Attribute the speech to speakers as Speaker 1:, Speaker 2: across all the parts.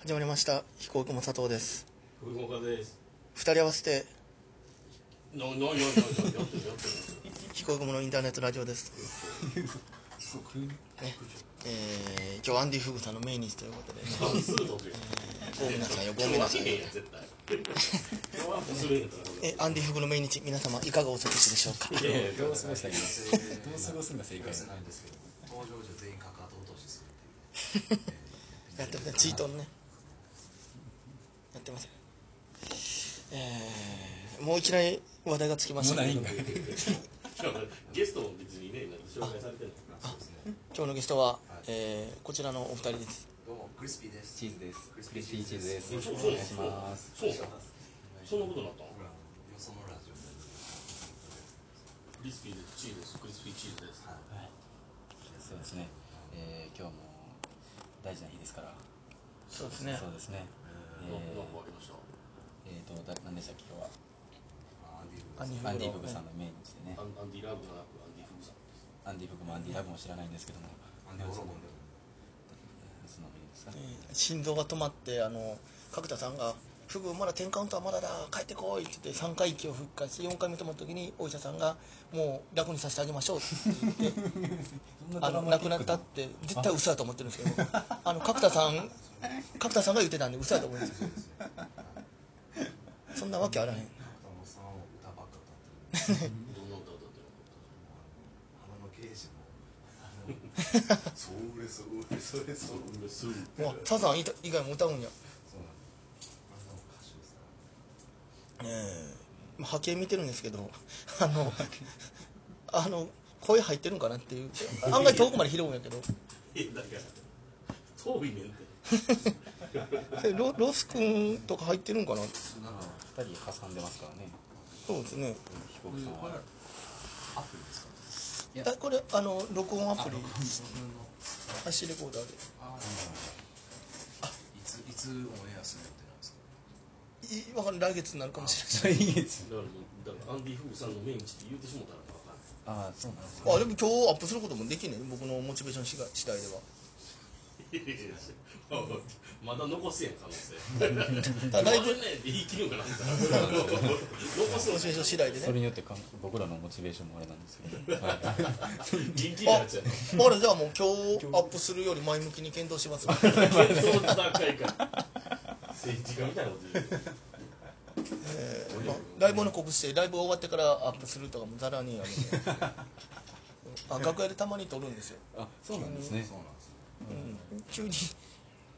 Speaker 1: 始まりました飛行雲佐藤です
Speaker 2: 福岡です。
Speaker 1: 二人合わせて
Speaker 2: な、な、な、な、な、やってる、やってる。
Speaker 1: 飛行雲のインターネットラジオです、えー、今日アンディ・フグさんの命日ということで
Speaker 2: あすぐ撮ってる。
Speaker 1: ごめんなさいよご
Speaker 2: 今
Speaker 1: めん
Speaker 2: 日は
Speaker 1: なさ
Speaker 2: し
Speaker 1: い
Speaker 2: へん
Speaker 1: よ
Speaker 2: やん、絶対。今日はするへんから。
Speaker 1: えアンディ・フグの命日皆様いかがお過ごしでしょうか
Speaker 2: いやいや、
Speaker 3: どう過ごしたらいいのどう過ごすんだ正解
Speaker 4: ないんですけど登場者全員かかと落としする
Speaker 1: やってませんチートンねやってませんえー、もういきなり話題がつきまし
Speaker 3: もう
Speaker 1: た
Speaker 3: ない
Speaker 1: ね
Speaker 3: んだ
Speaker 2: ゲストも別にね、紹介されてない。
Speaker 4: そうですね
Speaker 1: 今日のゲストは、えー、こちらのお二人です
Speaker 4: どうもクリスピーです
Speaker 3: チーズです
Speaker 4: ク
Speaker 3: ク
Speaker 4: リ
Speaker 3: リ
Speaker 4: ス
Speaker 3: ス
Speaker 4: ピ
Speaker 3: ピ
Speaker 4: ー
Speaker 3: ー
Speaker 4: チ
Speaker 3: チ
Speaker 4: ー
Speaker 3: ー
Speaker 4: ズ
Speaker 3: ズ
Speaker 4: で
Speaker 3: ですす
Speaker 2: そ
Speaker 3: お
Speaker 2: う、
Speaker 3: 願
Speaker 2: そう、
Speaker 3: いします
Speaker 2: そうか。そんなことになったの
Speaker 4: 僕らのよそのラジオで
Speaker 2: クリスピーチーズです。クリスピーチーズです。
Speaker 3: そうですね、えー、今日も大事な日ですから
Speaker 1: そうです
Speaker 3: そうですね
Speaker 2: なんかありました。
Speaker 3: えっ、ー、とだ何でしたっけ今日
Speaker 4: まあアンディフグ
Speaker 1: アンディ・フグ
Speaker 3: は
Speaker 1: の
Speaker 3: アンディ・ブグさんの命日でね
Speaker 2: アンアンディラブのアンディフグさんです。
Speaker 3: アンディ・ブグもアンディ・ラブも知らないんですけども
Speaker 4: アンディオロゴンで
Speaker 3: その命ですか
Speaker 1: えー心臓が止まってあの角田さんが「フグまだ10カウントはまだだ帰ってこい」って言って3回息を復活して4回目止まった時にお医者さんが「もう楽にさせてあげましょう」って言って
Speaker 3: そん
Speaker 1: あの亡くなったって絶対嘘だと思ってるんですけど僕あの角田さん角田さんが言ってたんで嘘だと思うんですよそんなわけあらへん
Speaker 4: 片野さんを歌ばっか歌ってる
Speaker 2: どんな歌歌ってる
Speaker 4: 花の刑事もそれそれそれそれ
Speaker 2: の？うん、すぐ。
Speaker 1: もうサザン以以外も歌うんや
Speaker 4: そうなんですあんなの歌手ですから
Speaker 1: ええ波形見てるんですけどあのあの声入ってるんかなっていう案外遠くまで拾うんやけど
Speaker 2: え、だから。遠いねんって。
Speaker 1: えロロス君とか入ってるんかな
Speaker 3: なんか2人挟んでますからね
Speaker 1: そうですね
Speaker 3: 飛行機さんは
Speaker 4: アプリですか
Speaker 1: えこれあの録音アプリ
Speaker 4: 僕の
Speaker 1: 足レコーダー
Speaker 4: あいついつオンエアする予定なんですか
Speaker 1: でいわかんない来月になるかもしれない
Speaker 3: 最月
Speaker 2: だからもう、だからアンディフグさんの命日って言うてしもたらわかんない。
Speaker 3: ああそうなんです
Speaker 1: あでも今日アップすることもできんね僕のモチベーション次第次第では
Speaker 2: まだ残すやん可能性。
Speaker 1: だからライブ
Speaker 2: 残れないで言い切るんかな。残す
Speaker 1: モ
Speaker 2: の
Speaker 1: チベーション次第で
Speaker 3: そ
Speaker 1: ね
Speaker 3: れによってかん僕らのモチベーションもあれなんですけど、はい
Speaker 2: ギリギリ
Speaker 1: あ
Speaker 2: なっちゃう。
Speaker 1: あれじゃあもう今日アップするより前向きに検討しますわ
Speaker 2: 検討の段階か。政治家みたいなこと言う。
Speaker 1: えーまあライブの告知してライブが終わってからアップするとかもざらにあるん であ楽屋でたまに撮るんですよ
Speaker 3: あそうなんですね
Speaker 4: そうなんです
Speaker 1: うん急に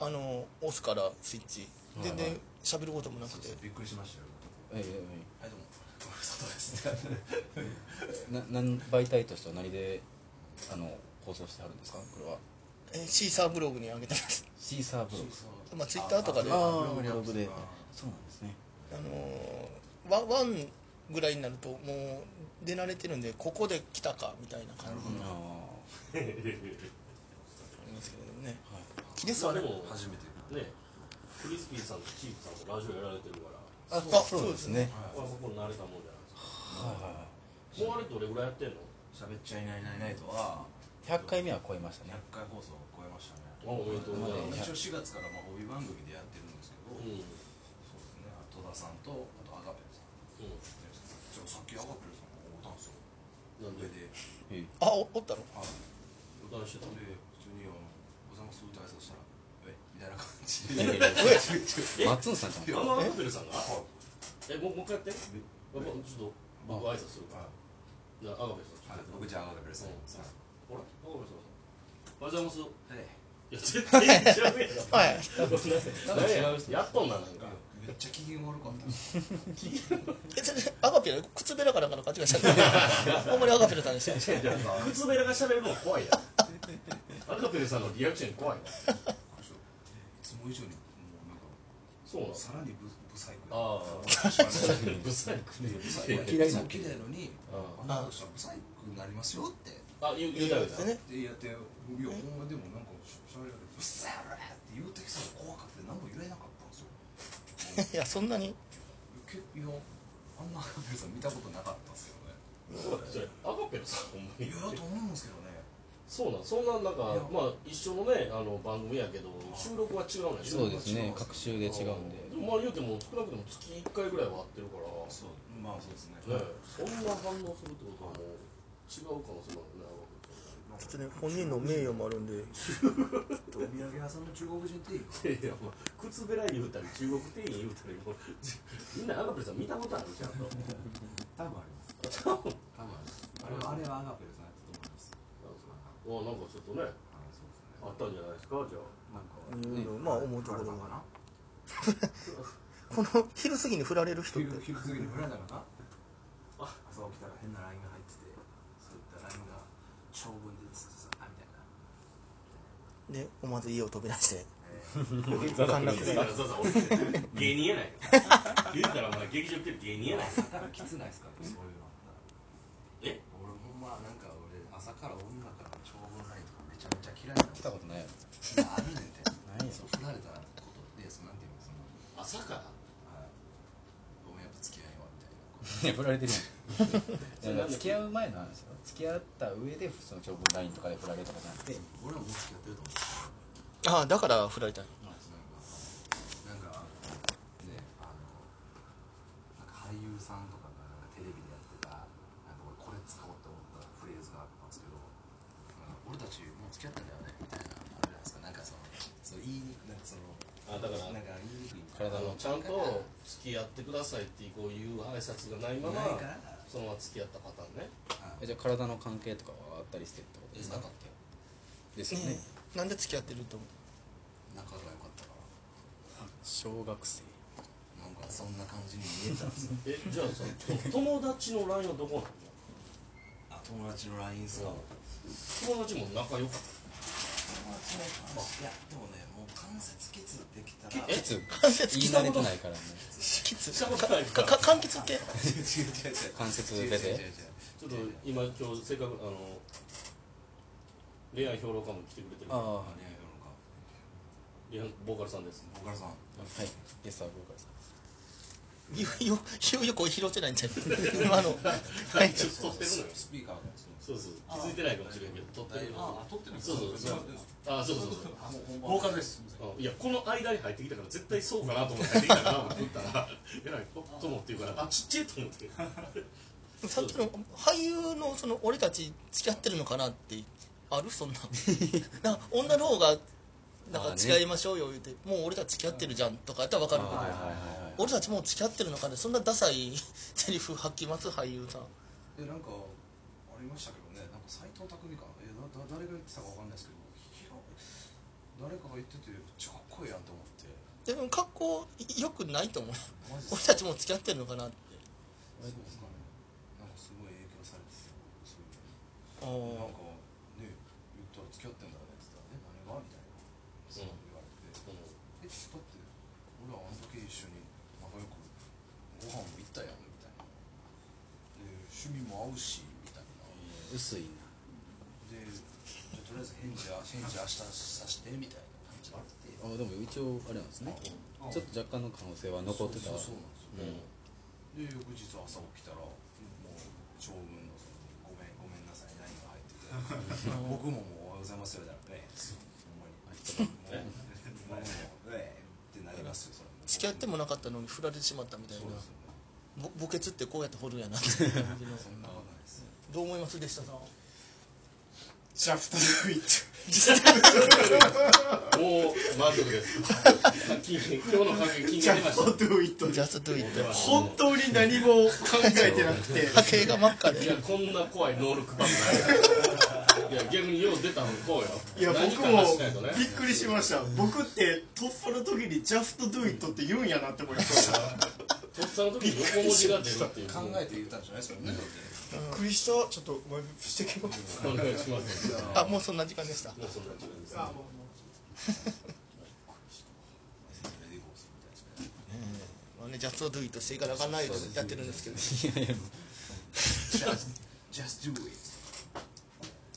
Speaker 1: あの押すからスイッチ全然喋ることもなくて
Speaker 4: びっくりしましたよ
Speaker 3: え
Speaker 4: はいどうも佐藤ですね
Speaker 3: えな何媒体としては何であの放送してあるんですかこれは
Speaker 1: えーシーサーブログに上げてます
Speaker 3: シーサーブログ
Speaker 1: まあツイッターとかであ
Speaker 3: あ
Speaker 1: の
Speaker 3: あブログでそうなんですね
Speaker 1: ーワワンぐらいになるともう出慣れてるんでここで来たかみたいな感じにな
Speaker 3: あ
Speaker 1: り
Speaker 3: あ
Speaker 1: ますけどね
Speaker 3: はい
Speaker 1: 気ですわね
Speaker 2: でも
Speaker 4: 初めて
Speaker 2: ね、クリスピーさんとチープさんもラジオやられてるから、
Speaker 1: あ
Speaker 3: そうですね
Speaker 2: あそこに慣れたもんじゃないですか。
Speaker 3: はいはいは
Speaker 2: もうあれどれぐらいやってんの？
Speaker 4: 喋っちゃいないないないとはい
Speaker 3: 100回目は超えました
Speaker 4: 100
Speaker 3: ね
Speaker 4: 回放送を超えましたね
Speaker 2: あおめでとうございます。
Speaker 4: 一応4月からまあ帯番組でやってるんですけど、
Speaker 2: うんうん。
Speaker 4: そうですね戸田さんとあとアガペさんでちょさっきアガペさんもおったんですよ
Speaker 2: なんで
Speaker 4: 上で
Speaker 3: ええ
Speaker 1: あおおったの
Speaker 4: はい
Speaker 2: 歌のしてたの？
Speaker 4: で普通にあの「おざます」歌挨拶したら「えみたいな感じ
Speaker 3: いやいや
Speaker 4: で
Speaker 3: い
Speaker 2: え
Speaker 3: やマッツンさんじゃん
Speaker 2: あのアカペルさんが？えもうもう一回やって。あまあちょっと僕挨拶するから。じゃあアガペルさん。
Speaker 4: はい僕じゃあアガペさん
Speaker 2: うん
Speaker 4: さ
Speaker 2: ほら、アガペルさん。おはようございます。
Speaker 4: あはい
Speaker 2: いや、絶対違うやろ。
Speaker 1: はい
Speaker 2: なんややっとんな、なんか。
Speaker 4: めっちゃ機嫌悪かった
Speaker 1: えそれアガペラ靴べらかなんかの勘違いしちゃ ったほんまにアガペラさんでした
Speaker 2: いや靴べらが喋るの怖いやん。アカペルさんのリアクション怖いわ。
Speaker 4: いつも以上にもうなんか
Speaker 2: そうなの。
Speaker 4: さらにブブサイク
Speaker 2: あ あ、ブサイクね。ブサイク。
Speaker 3: 嫌いな
Speaker 4: そう綺麗なのに
Speaker 2: あ
Speaker 4: あの人はブサイクになりますよって
Speaker 2: あ、言う言うたよね。
Speaker 1: ね
Speaker 4: でやっていやほんまでもなんかしゃべられて「うっせえ俺!」って言う時さ怖かって何も言えなかったんですよ
Speaker 1: いやそんなに
Speaker 4: 結構あんなアカペルさん見たことなかったんですけどね
Speaker 2: アカペルさん、ほんま
Speaker 4: い
Speaker 2: に
Speaker 4: や。だと思うんですけどね
Speaker 2: そうなんそんななんか
Speaker 4: いや
Speaker 2: まあ一緒のねあの番組やけど収録は違うんやね
Speaker 3: そうですね
Speaker 4: 違う
Speaker 3: 各週で違うんで
Speaker 2: でもまあ言うても少なくとも月1回ぐらいは会ってるから
Speaker 4: そうまあそうですね
Speaker 2: ねそんな反応するってことはもう違う可能性もあるね
Speaker 1: ちょっとね本人の名誉もあるんで
Speaker 4: お土産屋さんの中国人っていいよ
Speaker 2: いやいやもう靴べら言うたり中国店員言うたりもうみんなアガペルさん見たことあるじゃんと
Speaker 4: 多分あります多分ありますあれはあれはアガペルさんやったと思いま
Speaker 2: おなん
Speaker 4: す
Speaker 2: かちょっとね
Speaker 4: あそうですね
Speaker 2: あったんじゃないですかじゃ
Speaker 4: なん
Speaker 1: いろ
Speaker 4: か
Speaker 1: いろまあ思うところ
Speaker 4: か
Speaker 1: が
Speaker 4: な
Speaker 1: この昼過ぎに振られる人っ
Speaker 4: 昼
Speaker 1: て
Speaker 4: 昼過ぎに振られたかな
Speaker 2: あ
Speaker 4: 朝起きたら変な LINE が入っててそういった LINE が長文でつってさあみたいな
Speaker 1: で思わず家を飛び出して
Speaker 3: ザザ
Speaker 1: 陥落
Speaker 2: あい
Speaker 1: で
Speaker 2: やそうそう俺芸人やないか言うたらお前劇場来てる芸人やないか
Speaker 4: なんかきつないですかねそういうの
Speaker 2: え
Speaker 4: 俺ほんまなんか俺朝から女からの長文 LINE とかめちゃめちゃ嫌いなの
Speaker 3: 来たことないや
Speaker 4: いやあるねんて
Speaker 3: ないよ
Speaker 4: そう振られたことでそのなんていうんですか
Speaker 2: 朝から
Speaker 4: はいごめんやっぱ付き合いはみたいな
Speaker 3: ろいや振られてる
Speaker 2: それ なん
Speaker 3: やん
Speaker 2: で
Speaker 3: 付き合う前の話よ付き合った上でその長文ラインとかで振られるとかじゃなくて
Speaker 4: 俺はもう付き合ってると思う
Speaker 1: ああだから振られたんや
Speaker 4: なんかねあのなんか俳優さんとかがなんかテレビでやってたなんか俺これ使おうと思ったフレーズがあったんですけどなんか俺たちもう付き合ったんだよねみたいなあれなんですかなんかそのそう言いにくなんかその
Speaker 2: あだから
Speaker 4: なんか言いにくい
Speaker 2: あ
Speaker 3: 体
Speaker 2: の
Speaker 3: の
Speaker 2: ちゃんと付き合ってくださいってこういう挨拶がないまま
Speaker 4: ないからな
Speaker 2: そのまま付き合ったパターンね
Speaker 4: あ
Speaker 3: えじゃあ体の関係とかはあったりしてってことですか
Speaker 4: なかっ
Speaker 3: ですよ
Speaker 1: う
Speaker 3: ね、
Speaker 1: んなんで付き合ってると思う
Speaker 4: 仲が良かったから
Speaker 3: 小学生
Speaker 4: なんかそんな感じに見えたんですよ
Speaker 2: えじゃあさと友達の LINE はどこなの
Speaker 4: あ友達の LINE さ
Speaker 2: 友達も仲良かっ
Speaker 4: 友達の LINE いやでもねもう関節キスできたら
Speaker 3: いつ
Speaker 1: 関節
Speaker 3: 言い
Speaker 1: 刻
Speaker 3: 慣
Speaker 1: む
Speaker 3: れ
Speaker 1: と
Speaker 3: てないからね
Speaker 1: きつ
Speaker 2: たことない
Speaker 1: か
Speaker 2: か
Speaker 1: か柑橘って
Speaker 4: 違う違う違う
Speaker 3: 関節出て
Speaker 2: ちょっと今今日せっかくあの恋愛評論家も来てくれてる
Speaker 3: ああは
Speaker 4: あれやるのか
Speaker 2: 恋愛ボーカルさんです
Speaker 4: ボーカルさん
Speaker 3: いゲストは豪華です
Speaker 1: 言うよ言うよこれ拾ってないん ちゃう今のはい
Speaker 2: ちょっと撮ってるのよ
Speaker 4: スピーカーがそう
Speaker 2: そうそう気づいてないかもしれんけど撮ってるよ
Speaker 4: 撮ってる
Speaker 2: そうそうそうあそうそうそう
Speaker 4: あもうボーカルです
Speaker 2: あいやこの間に入ってきたから絶対そうかなと思って入ってきたから思ったら えらいポッと思って言うからあちっちゃいと思って
Speaker 1: さっきの俳優のその俺たち付き合ってるのかなってあるそんな なんか女の方がなんか違いましょうよ言うて、もう俺たち付き合ってるじゃんとかやったら分かるけど、
Speaker 3: はいはいはい
Speaker 1: 俺たちもう付き合ってるのかねそんなダサい セリフ吐きます俳優さん
Speaker 4: でなんかありましたけどねなんか斎藤匠かえだだ誰が言ってたかわかんないですけどひろ誰かが言っててめっちゃかっこいいやんと思って
Speaker 1: でも格好良くないと思う
Speaker 4: マジで
Speaker 1: 俺たちもう付き合ってるのかなって
Speaker 4: そうですかねなんかすごい影響されててそういう
Speaker 1: あ
Speaker 4: なん
Speaker 1: ー
Speaker 4: かね言ったら付き合ってんだよねって言ったらえ何がみたいなそう言われてえだって俺らあの時一緒に仲良くご飯も行ったやんみたいなで趣味も合うしみたいなで
Speaker 3: 薄いな
Speaker 4: じゃあとりあえず返事は返事明日さしてみたいな感じがあって
Speaker 3: あでも一応あれなんですね
Speaker 4: あ
Speaker 3: ちょっと若干の可能性は残ってた
Speaker 4: そうそうそうなんですよ、
Speaker 2: う
Speaker 4: で翌日朝起きたらもう長文のその「ごめんごめんなさい」何が入っ てて僕ももう「おはようございます」みたいな「ええ」ほんまに「もうもうええ」ってなりますよそれも
Speaker 1: 付き合ってもなかったのに振られてしまったみたい
Speaker 4: そうですよね
Speaker 1: なぼ墓穴ってこうやって掘るんやなっていう感じの
Speaker 4: そんなことないです
Speaker 1: どう思いますでしたさん
Speaker 4: シャフトのウィッチ
Speaker 2: んもう満足 です金今日の関係金が出ました
Speaker 5: ドゥイット
Speaker 1: ジャストゥイット
Speaker 5: 本当に何も考えてなくて
Speaker 1: 波形が真っ赤で
Speaker 2: いや、こんな怖い能力ばっかり。いや、逆によう出たのこうよ。
Speaker 5: いや
Speaker 2: 何
Speaker 5: 僕
Speaker 2: か
Speaker 5: も
Speaker 2: 話しないとね。
Speaker 5: びっくりしました僕って突破の時に「ジャストドゥイットって言うんやなって思いました
Speaker 2: とっさの時に横文字が出るっていう。
Speaker 4: 考えて言ったんじゃないですかね
Speaker 5: びっくりしたちょっとごめんしてきます
Speaker 2: お願いします。も
Speaker 1: あもうそんな時間でした
Speaker 2: うそんな時間です。
Speaker 5: あもうも
Speaker 1: まあね、ジャストドゥイとしていかなあかんないとやってるんですけど、
Speaker 3: いやいや
Speaker 4: Just, just do it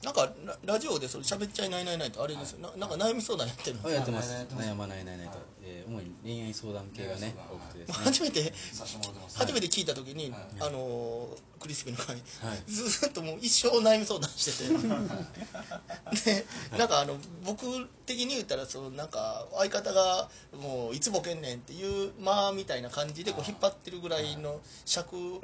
Speaker 1: なんかララジオでそれ喋っちゃいないないないとあれですよ、ななんか悩み相談やってるの、
Speaker 3: あやってます
Speaker 4: はい
Speaker 3: 悩まないないないと、えー主に恋愛相談系がね
Speaker 4: 恋愛相
Speaker 3: 多
Speaker 4: 談
Speaker 3: くてで
Speaker 1: ますあ
Speaker 3: ね
Speaker 1: 初めて
Speaker 4: させてもらってます
Speaker 1: 初めて聞いた時に、
Speaker 4: はい
Speaker 1: あのークリスピーの会、
Speaker 3: はい
Speaker 1: ずーっともう一生悩み相談しててでなんかあの僕的に言ったらそのなんか相方がもういつボケんねんっていうまあみたいな感じでこう引っ張ってるぐらいの尺
Speaker 3: いそ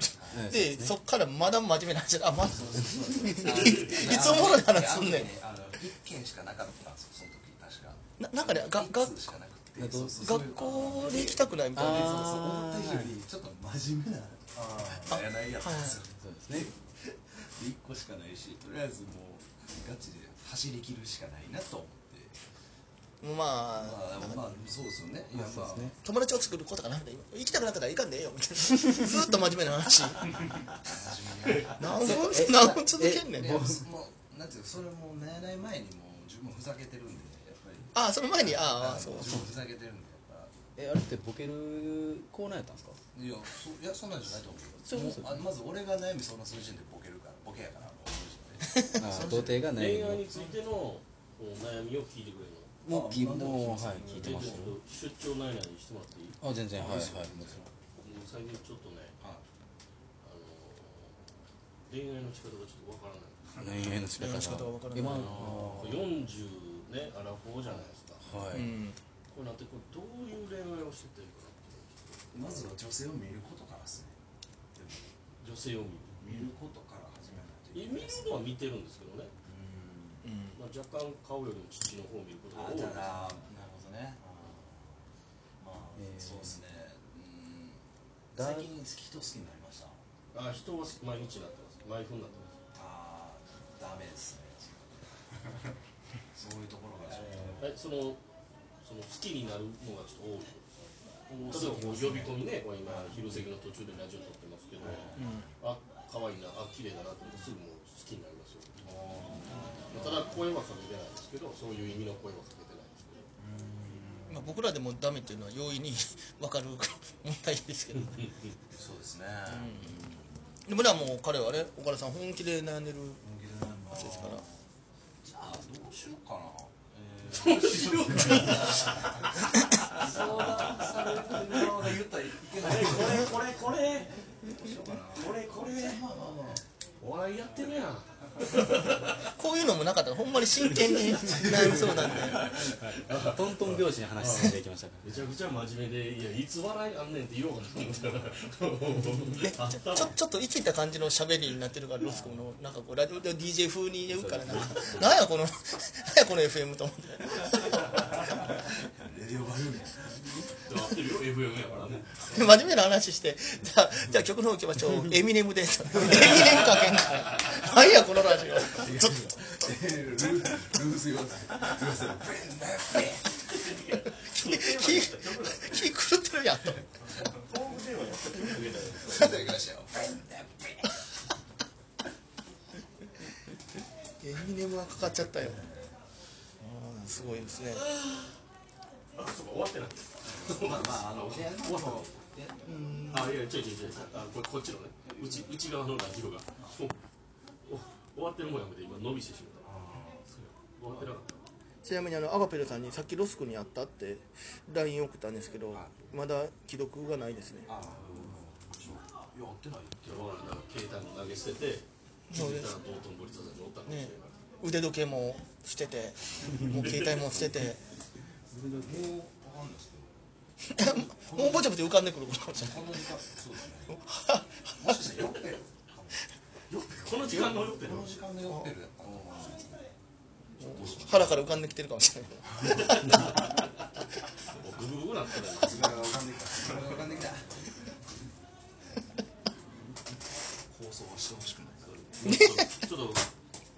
Speaker 1: で
Speaker 3: うですね
Speaker 1: そっからまだ真面目な話であまだ
Speaker 4: い
Speaker 1: いつおもろい話すんねん
Speaker 4: あの一件しかなかったんですよその時確か
Speaker 1: ななんかねがが
Speaker 4: 一通しかなくて
Speaker 3: が
Speaker 4: そうそうそうい
Speaker 1: 学
Speaker 4: う
Speaker 1: 校で行きたくないみたいな
Speaker 4: そう
Speaker 3: あ
Speaker 4: そう思った以上にちょっと真面目なやらないやつなんですよ
Speaker 3: そうですね
Speaker 4: で1個しかないしとりあえずもうガチで走り切るしかないなと思って
Speaker 1: まあ
Speaker 4: まあまあそうですよねいやまあ
Speaker 3: ね
Speaker 1: 友達を作ることかなんで今行きたくなかったら行かんでええよみたいなずーっと真面目な話
Speaker 4: 真面目に
Speaker 1: 何 分何分続けんねん
Speaker 4: いやもうなんていうかそれも悩ない前にもう自分ふざけてるんでやっぱり
Speaker 1: あその前にあ
Speaker 4: あ
Speaker 1: あそう
Speaker 4: の自分ふざけてるんでやっぱ
Speaker 3: えあれってボケるコーナーやったんですか
Speaker 4: いやそいやそんなんじゃないと思うよ
Speaker 3: そうそうそう
Speaker 4: もうあまず俺が悩みそんなする時点でボケるからボケやからもうその時点で
Speaker 3: あー童貞が
Speaker 2: 恋
Speaker 3: 悩
Speaker 2: 愛
Speaker 3: み
Speaker 2: についてのお悩みを聞いてくれるの
Speaker 3: もうきもう
Speaker 4: あ
Speaker 3: はい聞いて
Speaker 2: えっ
Speaker 3: ま
Speaker 2: と
Speaker 3: したよ
Speaker 2: 出張内々にしてもらっていい
Speaker 3: あ全然はいはいもち
Speaker 2: 僕も最近ちょっとね
Speaker 4: はい
Speaker 2: あの恋愛の仕方がちょっとわからない
Speaker 3: ろん恋愛の仕方
Speaker 1: 恋愛
Speaker 3: が
Speaker 1: の仕方がわからない
Speaker 3: 今の
Speaker 2: これ40ねアラフォーじゃないですかこ
Speaker 3: は
Speaker 1: う
Speaker 3: い
Speaker 1: ん
Speaker 2: れなんてこれどういう恋愛をしてたらいいかなっていう
Speaker 4: まずは女性を見ることからですねで
Speaker 2: 女
Speaker 4: も
Speaker 2: 性を
Speaker 4: 見ることから始めないと
Speaker 2: 見
Speaker 4: い
Speaker 2: る見
Speaker 4: けない
Speaker 2: るのは見てるんですけどね、
Speaker 1: う
Speaker 4: う
Speaker 1: ん
Speaker 2: まあ、若干顔よりも父の方を見ることが多
Speaker 4: ーんあ
Speaker 2: いで
Speaker 4: だな
Speaker 2: す
Speaker 4: なるほどねあーまあ、
Speaker 3: えー
Speaker 4: そうですねうん
Speaker 3: だ
Speaker 4: 最近人好きになりました
Speaker 2: あ人は毎日になってます毎分になってます
Speaker 4: あーダメですねそういうところがちょっと
Speaker 2: えそのその好きになるのがちょっと多
Speaker 4: 多
Speaker 2: い例えばこう
Speaker 4: す
Speaker 2: 呼
Speaker 4: ね
Speaker 2: び込みねこう今昼席の途中でラジオ撮ってますけど、あ可愛いなあ綺麗だなと思ってすぐもう好きになりますよただ声はかけてないですけどそういう意味の声はかけてないですけど
Speaker 1: まあ僕らでもダメっていうのは容易に分かる 問題ですけど
Speaker 4: そうですね、
Speaker 1: でもではもう彼はね岡田さん本気で悩んでる
Speaker 4: 本気でなんか
Speaker 1: 話ですから
Speaker 4: じゃあどうしようかな、えー相談される側が言ったらいけない
Speaker 2: これこれこれ
Speaker 4: どうしようかな
Speaker 2: これこれ
Speaker 4: まあまあまあ
Speaker 2: お笑いやってるやん
Speaker 1: こういうのもなかったらほんまに真剣に 悩みそうなんで
Speaker 3: トントン拍子に話進んでいきましたか
Speaker 2: めちゃくちゃ真面目でいやいつ笑いあんねんって言おうかなと思ったらあったわ
Speaker 1: ちょちょっといついた感じの喋りになってるからロスコのなんかこうラジオで DJ 風に言うからなんかなんやこのなんやこの FM と思って
Speaker 4: レディオバルーンや
Speaker 2: 合ってるよ FM やからね
Speaker 1: 真面目な話してじゃあじゃあ曲の方行きましょうエミネムですエミネムかけんからなんやこのラジオちょっと
Speaker 4: ルールース言わせルース言わ
Speaker 1: 気
Speaker 4: せ
Speaker 1: 気狂ってるやんと
Speaker 4: それではいきましょう
Speaker 1: エミネムがかかっちゃったようんすごいですね
Speaker 2: あそうか終わってない
Speaker 4: まあまああの部屋の方のでうん
Speaker 2: あいや違う違う違うあこれこっちのね内内側のラジオがおお終わってるもんやめて今伸びしてしまった終わってなかった
Speaker 1: ちなみにあのアガペルさんにさっきロスコにあったって LINE 送ったんですけどまだ既読がないですね
Speaker 4: あーやってない
Speaker 2: 今日はなんか携帯も投げ捨てて気づいたら道頓堀さんにおったかもしれない
Speaker 1: ね、腕時計もしててもう携帯もして て
Speaker 4: もうわかんないですけど
Speaker 1: もうぼちゃぼちゃ浮かんでくることかもしれない
Speaker 4: この時間そうです ねもしかしたら酔ってる
Speaker 2: この時間のよって
Speaker 4: この時間の酔ってるやったのかもしれないですね
Speaker 1: 腹から浮かんできてるかもしれない
Speaker 2: ググググなってたよ
Speaker 4: それが浮かんできたそれが浮かんできた放送はしてほしくない
Speaker 2: ちょっと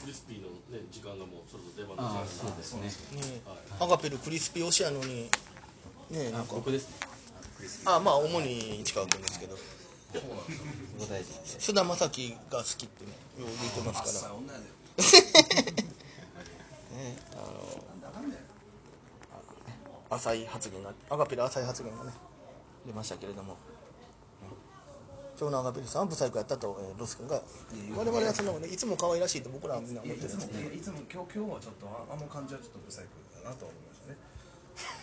Speaker 2: クリスピーのね時間がもうそろそろ出番の時間
Speaker 3: あーそう
Speaker 2: なんで
Speaker 3: ですね
Speaker 1: ねアガペルクリスピ推しやのにねな
Speaker 3: あ
Speaker 1: んか
Speaker 3: 僕ですね
Speaker 1: あまあ主に近くんですけど
Speaker 3: ご大臣で
Speaker 1: 菅田将暉が好きってねよう言ってますから
Speaker 4: さあ 女で
Speaker 1: ねあの
Speaker 4: なんだかんだよ
Speaker 1: 浅い発言がアガペル浅い発言がね出ましたけれども長男がベルさんはブサイクやったと、えーロス君が言う我々はそんなことねいつも可愛らしいと僕らはみんな思ってるんですけど
Speaker 6: いつも今日今日はちょっとああの感じはちょっと不細工だなと思い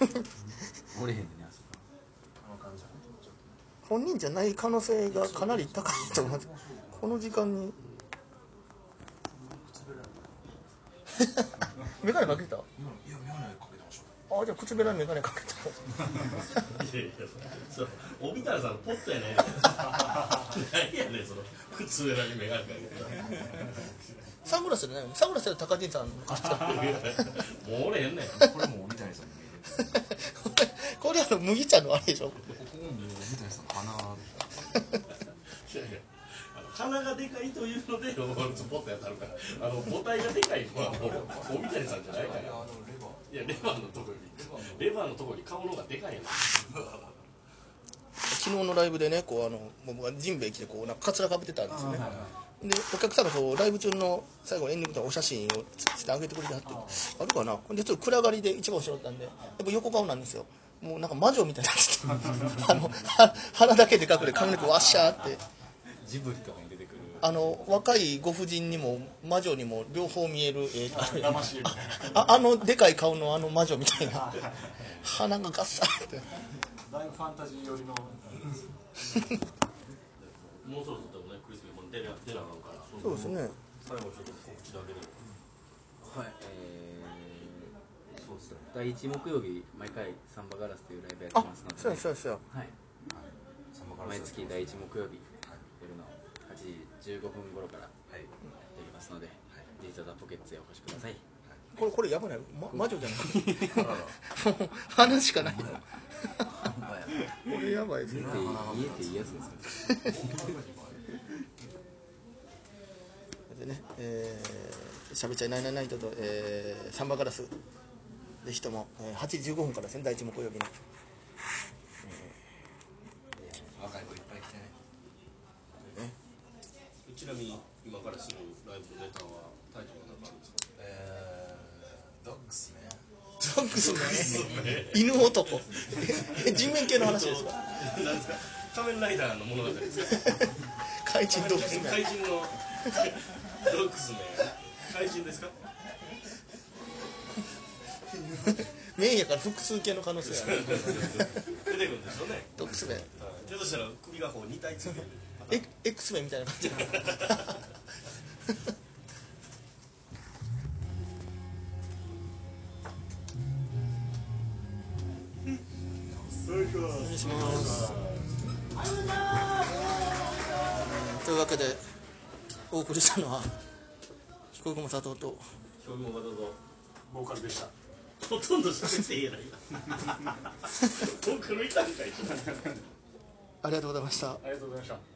Speaker 6: ましたね
Speaker 3: 折れへんでねあそこ
Speaker 6: あの感じはねちょっと
Speaker 1: 本人じゃない可能性がかなり高いと思いますこの時間 にメガネかけてた
Speaker 6: 今のいや妙な絵かけてましょ
Speaker 1: あじゃあ靴べらにメガネかけた
Speaker 2: いやいやそう帯太郎さんポットやないねん何やねんその靴裏に眼鏡かけ
Speaker 1: サングラスじゃないよねサングラスは高人さんの 感じだ
Speaker 2: てもう折れへんねん
Speaker 4: これもう三谷さんの見える
Speaker 1: これあの麦茶のあれでしょ
Speaker 4: ここも三谷さんの鼻
Speaker 2: いやいやあの鼻がでかいというのでロボルツポットやったるからあの母体がでかいのはもう帯谷さんじゃないからいやレバーのとこよりレバーのとこより顔の方がでかいやん
Speaker 1: 昨日のライブでねこうあの僕がジンベイ来てこうなんかカツラかぶってたんですよねでお客さんがこうライブ中の最後エンディングのお写真をつしてあげてくれてはってあるかなほんでちょっと暗がりで一番後ろだったんでやっぱ横顔なんですよもうなんか魔女みたいになっ ててあのは腹だけでかくて髪の毛ワッシャーって
Speaker 3: ジブリとかに出てくる
Speaker 1: あの若いご婦人にも魔女にも両方見える絵があるよね
Speaker 5: 騙し絵みたいな
Speaker 1: ああのでかい顔のあの魔女みたいな鼻がガッサーって
Speaker 5: だいぶファンタジー寄りの
Speaker 2: もうそろそろでもねクリスマスも出な出なあかんから
Speaker 1: そうですね
Speaker 2: 最後ちょっと告知だけで
Speaker 7: はい、えー、そうですね。第一木曜日、毎回サンバガラスというライブやって
Speaker 1: あ
Speaker 7: ます
Speaker 1: そ
Speaker 7: の
Speaker 1: うや
Speaker 7: で、
Speaker 1: そうやそうや
Speaker 7: はい、毎月第一木曜日、夜の8時15分頃からやっておりますので、ディートザポケッツへお越しください。
Speaker 1: これこれやばない、ま、魔女じゃ ないもう鼻しかないこれやばいですね
Speaker 7: で家っていいやつですよ。
Speaker 1: でねえー、しゃべっちゃいないないないとと、えー、サンバガラスぜひとも、えー、8時15分からですね第一木曜日の
Speaker 4: 若い子いっぱい来てね
Speaker 2: ちなみに今からするライブのネタはタイトルは何かあるんですか
Speaker 4: えー、ドッグスね
Speaker 1: ゾンクスのね犬男え人面系の話ですか
Speaker 2: 何ですか仮面ライダーの物語ですか
Speaker 1: 怪人ドックスメ
Speaker 2: 怪人のドックスメ怪人ですか
Speaker 1: メインやから複数系の可能性ある
Speaker 2: 出てくるんですよね
Speaker 1: ドックスメ
Speaker 2: 手としたら首がこう2体ついてる
Speaker 1: エク X メンみたいな感じお願いしますというわけでお送りしたのは飛行雲佐藤と
Speaker 2: 表現はどうぞ
Speaker 5: ボーカルでした
Speaker 2: ほとんど喋っていいやない 今僕のいたんかい
Speaker 1: ありがとうございました
Speaker 5: ありがとうございました